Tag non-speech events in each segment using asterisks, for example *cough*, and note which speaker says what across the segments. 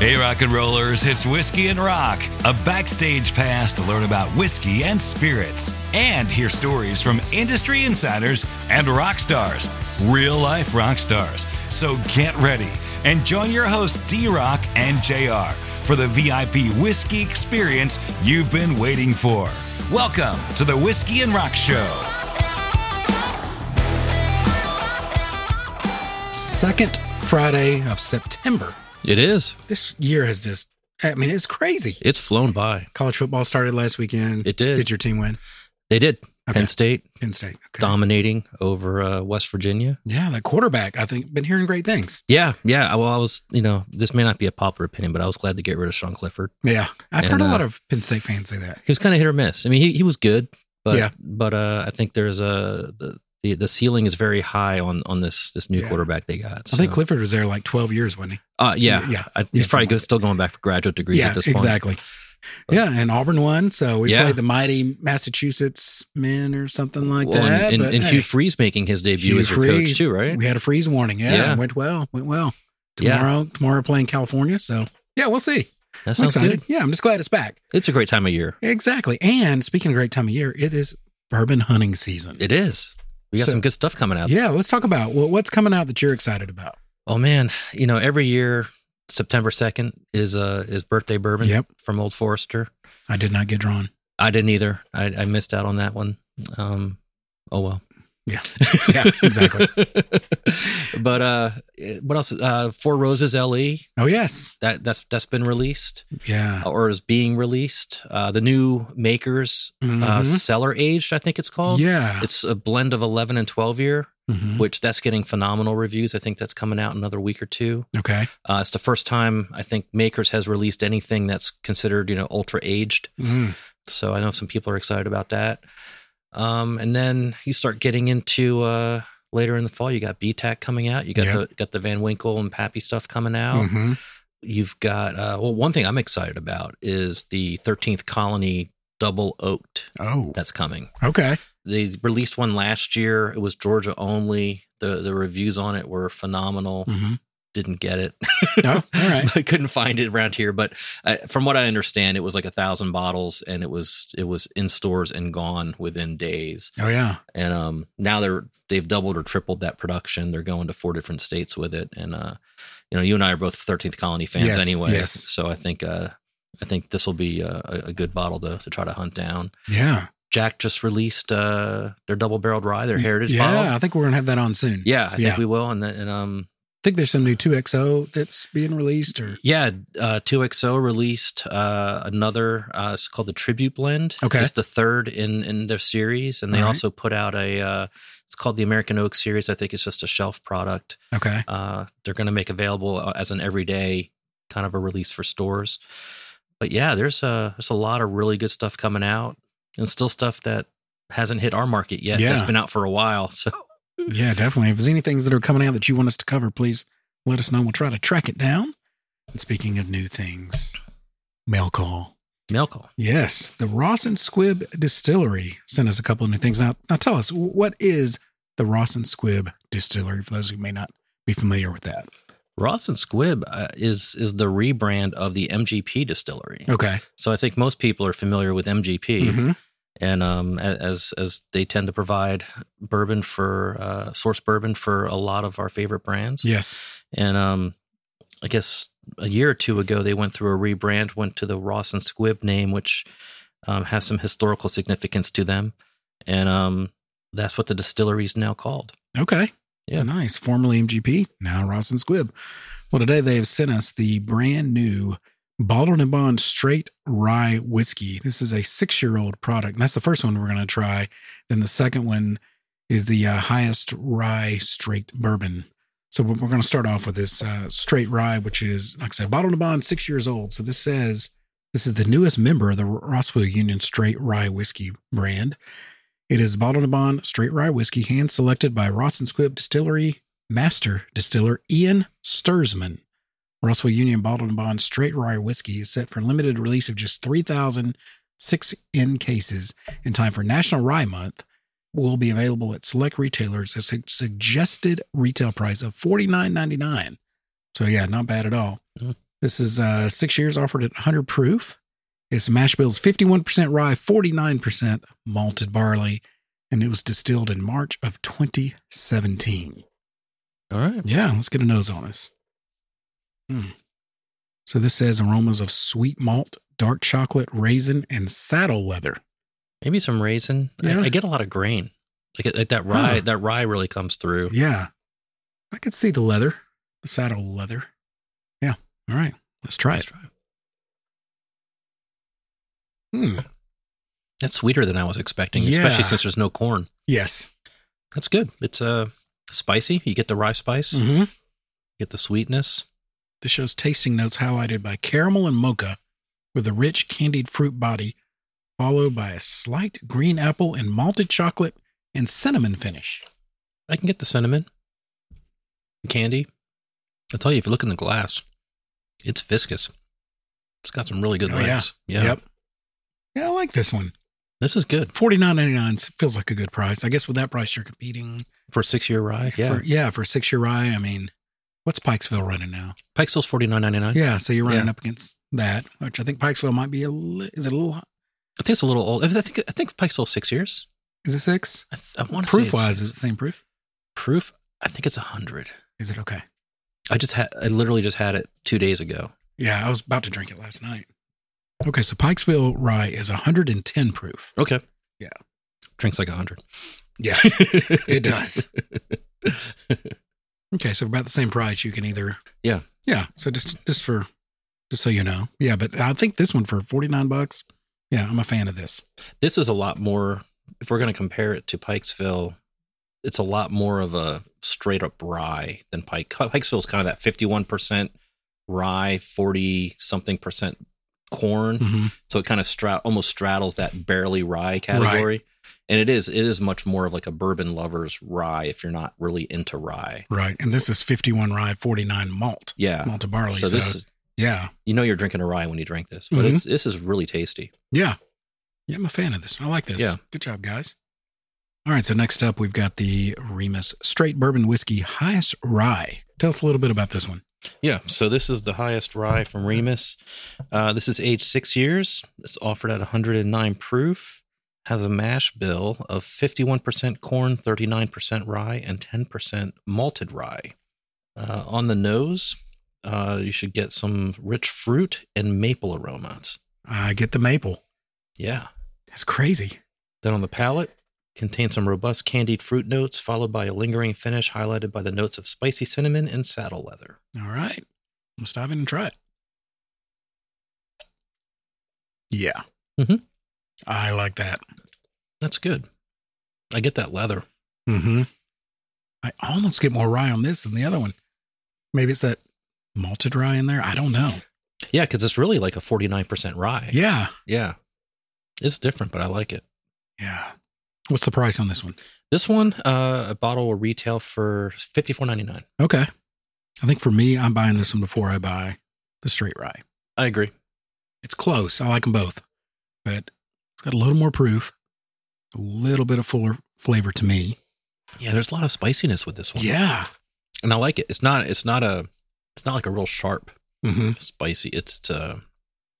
Speaker 1: Hey, rock and rollers, it's Whiskey and Rock, a backstage pass to learn about whiskey and spirits and hear stories from industry insiders and rock stars, real life rock stars. So get ready and join your hosts, D Rock and JR, for the VIP whiskey experience you've been waiting for. Welcome to the Whiskey and Rock Show.
Speaker 2: Second Friday of September.
Speaker 3: It is.
Speaker 2: This year has just, I mean, it's crazy.
Speaker 3: It's flown by.
Speaker 2: College football started last weekend.
Speaker 3: It did.
Speaker 2: Did your team win?
Speaker 3: They did.
Speaker 2: Okay.
Speaker 3: Penn State
Speaker 2: Penn State. Okay.
Speaker 3: dominating over uh, West Virginia.
Speaker 2: Yeah, the quarterback, I think, been hearing great things.
Speaker 3: Yeah, yeah. Well, I was, you know, this may not be a popular opinion, but I was glad to get rid of Sean Clifford.
Speaker 2: Yeah. I've
Speaker 3: And,
Speaker 2: heard a
Speaker 3: uh,
Speaker 2: lot of Penn State fans say that.
Speaker 3: He was kind of hit or miss. I mean, he, he was good, but
Speaker 2: Yeah.
Speaker 3: but uh, I think there's a the, the the ceiling is very high on on this this new
Speaker 2: Yeah.
Speaker 3: quarterback they got.
Speaker 2: I think
Speaker 3: so-
Speaker 2: Clifford was there like 12 years, wasn't
Speaker 3: Uh, yeah,
Speaker 2: Yeah,
Speaker 3: yeah. I, he's
Speaker 2: yeah,
Speaker 3: probably
Speaker 2: something
Speaker 3: go,
Speaker 2: like
Speaker 3: still going back for graduate
Speaker 2: he?
Speaker 3: degrees
Speaker 2: yeah,
Speaker 3: at this point.
Speaker 2: exactly.
Speaker 3: But-
Speaker 2: yeah, and Auburn won. So we
Speaker 3: Yeah.
Speaker 2: played the mighty Massachusetts men or something like
Speaker 3: Well,
Speaker 2: that.
Speaker 3: and, and,
Speaker 2: but,
Speaker 3: and
Speaker 2: hey,
Speaker 3: Hugh Freeze making his debut
Speaker 2: Hugh
Speaker 3: as your
Speaker 2: Freeze.
Speaker 3: coach too, right?
Speaker 2: We had a freeze warning. Yeah,
Speaker 3: Yeah.
Speaker 2: Went well. Went well.
Speaker 3: Yeah.
Speaker 2: Tomorrow, tomorrow playing California. So yeah, we'll see.
Speaker 3: That
Speaker 2: I'm
Speaker 3: sounds
Speaker 2: excited.
Speaker 3: good.
Speaker 2: Yeah, I'm just glad it's back.
Speaker 3: It's a great time of year.
Speaker 2: Exactly. And speaking of great time of year, it is bourbon hunting season.
Speaker 3: It is. We got
Speaker 2: So-
Speaker 3: some good stuff coming out.
Speaker 2: yeah, let's talk about well, what's coming out that you're excited about.
Speaker 3: Oh man, you know every year September second is uh is birthday bourbon.
Speaker 2: Yep.
Speaker 3: From Old Forester.
Speaker 2: I did not get
Speaker 3: *laughs*
Speaker 2: drawn.
Speaker 3: I didn't either. I, I missed out on that one. Um, oh well.
Speaker 2: Yeah. Yeah, exactly.
Speaker 3: *laughs* but uh, what else? Uh, Four Roses Le.
Speaker 2: *laughs* Oh yes.
Speaker 3: That that's that's been released
Speaker 2: Yeah.
Speaker 3: or is being released. Uh, the new makers uh,
Speaker 2: Mhm.
Speaker 3: cellar aged. I think it's called.
Speaker 2: yeah.
Speaker 3: It's a blend of eleven and twelve year,
Speaker 2: Mhm.
Speaker 3: which that's getting phenomenal reviews. I think that's coming out in another week or two.
Speaker 2: Okay.
Speaker 3: Uh, it's the first time I think Makers has released anything that's considered, you know, ultra aged.
Speaker 2: Mm.
Speaker 3: So I know some people are excited about that. Um, and then you start getting into uh, later in the fall. You got BTAC coming out. You got
Speaker 2: Yeah.
Speaker 3: the got the Van Winkle and Pappy stuff coming out.
Speaker 2: Mhm.
Speaker 3: You've got uh, well, one thing I'm excited about is the Thirteenth Colony Double Oaked
Speaker 2: Oh.
Speaker 3: that's coming.
Speaker 2: Okay.
Speaker 3: They released one last year. It was Georgia only. The the reviews on it were phenomenal.
Speaker 2: hmm
Speaker 3: Didn't get it.
Speaker 2: Oh, all right.
Speaker 3: *laughs* I couldn't find it around here, but uh, from what I understand, it was like a thousand bottles, and it was it was in stores and gone within days.
Speaker 2: Oh yeah.
Speaker 3: And um, now they're they've doubled or tripled that production. They're going to four different states with it, and uh, you know, you and I are both Thirteenth Colony fans
Speaker 2: Yes,
Speaker 3: anyway,
Speaker 2: yes.
Speaker 3: so I think uh, I think this will be a, a a good bottle to to try to hunt down.
Speaker 2: Yeah.
Speaker 3: Jack just released uh, their double barreled rye, their heritage
Speaker 2: yeah,
Speaker 3: bottle.
Speaker 2: I think we're gonna have that on soon.
Speaker 3: Yeah, I think
Speaker 2: yeah.
Speaker 3: we will, and then- and um,
Speaker 2: I think there's some new two XO that's being released or
Speaker 3: Yeah, uh, 2XO released uh, another. Uh, it's called the Tribute Blend.
Speaker 2: Okay.
Speaker 3: it's the third in in their series, and they
Speaker 2: All right.
Speaker 3: also put out a. Uh, it's called the American Oak series. I think it's just a shelf product.
Speaker 2: Okay.
Speaker 3: Uh, they're going to make available uh, as an everyday kind of a release for stores. But yeah, there's a there's a lot of really good stuff coming out, and still stuff that hasn't hit our market yet.
Speaker 2: Yeah.
Speaker 3: That's been out for a while. *laughs* So
Speaker 2: Yeah, definitely. If there's any things that are coming out that you want us to cover, please let us know. We'll try to track it down. And speaking of new things, mail call.
Speaker 3: mail call.
Speaker 2: Yes, the Ross and Squibb Distillery sent us a couple of new things. Now, now tell us what is the Ross and Squibb Distillery for those who may not be familiar with that.
Speaker 3: Ross and Squibb uh, is is the rebrand of the MGP distillery.
Speaker 2: Okay.
Speaker 3: So I think most people are familiar with MGP,
Speaker 2: Mhm.
Speaker 3: and um, a- as as they tend to provide bourbon for uh, source bourbon for a lot of our favorite brands.
Speaker 2: Yes.
Speaker 3: And um, I guess a year or two ago they went through a rebrand, went to the Ross and Squibb name, which um, has some historical significance to them, and um, that's what the distillery is now called.
Speaker 2: Okay.
Speaker 3: Yeah.
Speaker 2: So nice. Formerly MGP, now Ross and Squibb. Well, today they have sent us the brand new Bottled and Bond Straight Rye Whiskey. This is a six year old product. And that's the first one we're going to try. Then the second one is the uh, highest rye straight bourbon. So we're going to start off with this uh, straight rye, which is, like I said, Bottled and Bond, six years old. So this says this is the newest member of the Rossville Union Straight Rye Whiskey brand. It is bottled and bond straight rye whiskey, hand selected by Ross and Squibb Distillery Master Distiller Ian Sturzman. Rossville Union Bottled and Bond Straight Rye Whiskey is set for limited release of just 3,006 in cases in time for National Rye Month. Will be available at select retailers at a suggested retail price of $49.99. So yeah, not bad at all.
Speaker 3: Mm.
Speaker 2: This is uh, six years offered at 100 proof. It's mash bills 51% rye, 49% malted barley, and it was distilled in March of 2017.
Speaker 3: All right.
Speaker 2: Yeah, let's get a nose on this. Hmm. So this says aromas of sweet malt, dark chocolate, raisin, and saddle leather.
Speaker 3: Maybe some raisin.
Speaker 2: Yeah.
Speaker 3: I, I get a lot of grain. Like, like that rye,
Speaker 2: Huh.
Speaker 3: that rye really comes through.
Speaker 2: Yeah. I could see the leather, the saddle leather. Yeah. All right. Let's try
Speaker 3: Let's
Speaker 2: it.
Speaker 3: try it.
Speaker 2: Hmm.
Speaker 3: That's sweeter than I was expecting,
Speaker 2: Yeah.
Speaker 3: especially since there's no corn.
Speaker 2: Yes.
Speaker 3: That's good. It's uh spicy. You get the rye spice, you
Speaker 2: Mm-hmm.
Speaker 3: get the sweetness.
Speaker 2: This show's tasting notes highlighted by caramel and mocha with a rich candied fruit body, followed by a slight green apple and malted chocolate and cinnamon finish.
Speaker 3: I can get the cinnamon. The candy. I'll tell you, if you look in the glass, it's viscous. It's got some really good
Speaker 2: Oh, yeah.
Speaker 3: legs. Yeah.
Speaker 2: Yep. Yeah, I like this one.
Speaker 3: This is good
Speaker 2: Forty nine ninety nine feels like a good price. I guess with that price you're competing.
Speaker 3: for six year rye.
Speaker 2: For, yeah, for six year rye. I mean, what's Pikesville running now?
Speaker 3: Pikesville's forty nine ninety nine.
Speaker 2: Yeah, so you're running
Speaker 3: Yeah.
Speaker 2: up against that, which I think Pikesville might be a li- is it a little hi-
Speaker 3: I think it's a little old. I think I think Pikesville's six years.
Speaker 2: is it six?
Speaker 3: I, th- I want to
Speaker 2: Proof wise, is it same proof?
Speaker 3: proof. I think it's a hundred.
Speaker 2: Is it okay?
Speaker 3: I just had I literally just had it two days ago.
Speaker 2: Yeah, I was about to drink it last night. Okay, so Pikesville rye is 110 proof.
Speaker 3: Okay.
Speaker 2: Yeah.
Speaker 3: Drinks like a hundred.
Speaker 2: Yeah,
Speaker 3: *laughs*
Speaker 2: it does. okay, so about the same price, you can either
Speaker 3: Yeah.
Speaker 2: yeah. So just just for just so you know, yeah. But I think this one for 49 bucks. Yeah, I'm a fan of this.
Speaker 3: this is a lot more if we're going to compare it to pikesville it's a lot more of a straight up rye than pike pikesville's kind of that 51% rye 40 something percent corn
Speaker 2: hmm
Speaker 3: so it kind of stra- almost straddles that barely rye category and it is it is much more of like a bourbon lovers rye if you're not really into rye
Speaker 2: Right, and this is 51 rye, 49 malt,
Speaker 3: yeah
Speaker 2: malt to barley.
Speaker 3: so
Speaker 2: So,
Speaker 3: this is
Speaker 2: yeah,
Speaker 3: you know you're drinking a rye when you drink this but
Speaker 2: Mhm.
Speaker 3: it's this is really tasty
Speaker 2: Yeah. Yeah, I'm a fan of this. I like this.
Speaker 3: Yeah.
Speaker 2: Good job, guys. All right. So next up, we've got the Remus Straight Bourbon Whiskey Highest Rye. Tell us a little bit about this one.
Speaker 3: Yeah, so this is the highest rye from Remus. Uh, this is aged six years. It's offered at 109 proof. Has a mash bill of 51% corn, 39% rye, and 10% malted rye. Uh, on the nose, uh, you should get some rich fruit and maple aromas.
Speaker 2: I get the maple.
Speaker 3: Yeah.
Speaker 2: That's crazy.
Speaker 3: Then on the palate, contains some robust candied fruit notes, followed by a lingering finish highlighted by the notes of spicy cinnamon and saddle leather.
Speaker 2: All right. Let's dive in and try it. Yeah.
Speaker 3: Mhm.
Speaker 2: I like that.
Speaker 3: That's good. I get that leather.
Speaker 2: Mm-hmm. I almost get more rye on this than the other one. Maybe it's that malted rye in there. I don't know.
Speaker 3: Yeah, because it's really like a 49% rye.
Speaker 2: Yeah.
Speaker 3: Yeah. It's different, but I like it.
Speaker 2: Yeah. What's the price on this one?
Speaker 3: This one, uh, a bottle will retail for fifty four ninety nine.
Speaker 2: Okay. I think for me, I'm buying this one before I buy the straight rye.
Speaker 3: I agree.
Speaker 2: It's close. I like them both, but it's got a little more proof, a little bit of fuller flavor to me.
Speaker 3: Yeah, there's a lot of spiciness with this one.
Speaker 2: Yeah.
Speaker 3: And I like it. It's not it's not a it's not like a real sharp
Speaker 2: hmm
Speaker 3: spicy. It's uh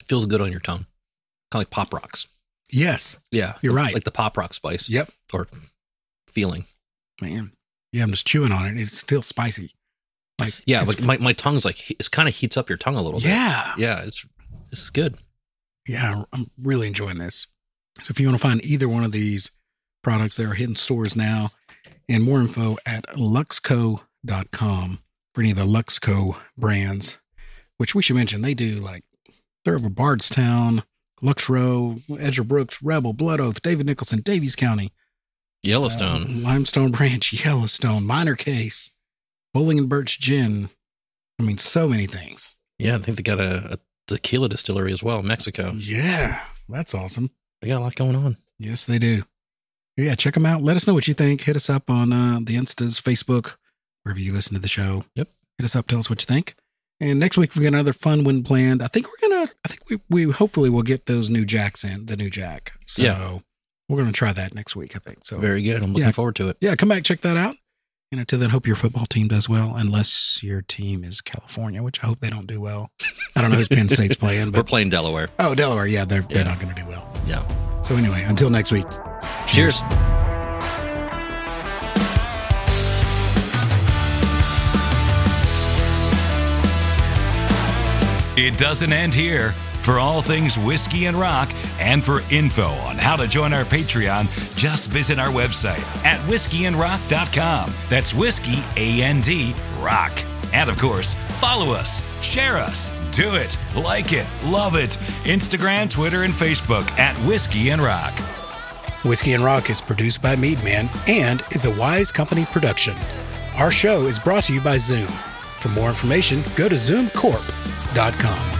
Speaker 3: it feels good on your tongue. Kind of like pop rocks.
Speaker 2: Yes,
Speaker 3: Yeah.
Speaker 2: you're right.
Speaker 3: Like the pop rock spice
Speaker 2: yep.
Speaker 3: or feeling.
Speaker 2: Man. Yeah, I'm just chewing on it. It's still spicy. Like
Speaker 3: Yeah,
Speaker 2: it's-
Speaker 3: like my, my tongue's like it's kind of heats up your tongue a little
Speaker 2: yeah,
Speaker 3: bit. Yeah, it's this is good.
Speaker 2: yeah. I'm really enjoying this. So if you want to find either one of these products, they are hidden stores now, and more info at luxco.com for any of the Luxco brands, which we should mention they do like they're over Bardstown, Lux Row, Edger Brooks, Rebel, Blood Oath, David Nicholson, Davies County,
Speaker 3: Yellowstone.
Speaker 2: uh, Limestone Branch, Yellowstone, Minor Case, Bowling and Birch Gin. I mean, so many things.
Speaker 3: Yeah, I think they got a, a tequila distillery as well, in Mexico.
Speaker 2: Yeah, that's awesome.
Speaker 3: They got a lot going on.
Speaker 2: Yes, they do. Yeah, check them out. Let us know what you think. Hit us up on uh, the Instas, Facebook, wherever you listen to the show.
Speaker 3: Yep.
Speaker 2: Hit us up. Tell us what you think. And next week we got another fun one planned. I think we're gonna. I think we we hopefully will get those new jacks in the new jack. So
Speaker 3: Yeah.
Speaker 2: we're gonna try that next week. I think so.
Speaker 3: Very good. I'm looking
Speaker 2: Yeah.
Speaker 3: forward to it.
Speaker 2: yeah, come back check that out. And until then, hope your football team does well, unless your team is California, which I hope they don't do well. I don't know who's Penn
Speaker 3: *laughs*
Speaker 2: State's playing,
Speaker 4: We're
Speaker 2: but
Speaker 4: playing Delaware.
Speaker 2: oh, Delaware, yeah, they're
Speaker 4: Yeah.
Speaker 2: they're not going to do well.
Speaker 4: Yeah.
Speaker 2: So anyway, until next week.
Speaker 4: Cheers.
Speaker 1: It doesn't end here. For all things whiskey and rock, and for info on how to join our Patreon, just visit our website at whiskeyandrock.com. That's whiskey, A N D, rock. And of course, follow us, share us, do it, like it, love it. Instagram, Twitter, and Facebook at Whiskey and Rock.
Speaker 2: Whiskey and Rock is produced by Meadman and is a Wise Company production. Our show is brought to you by Zoom. For more information, go to zoomcorp.com.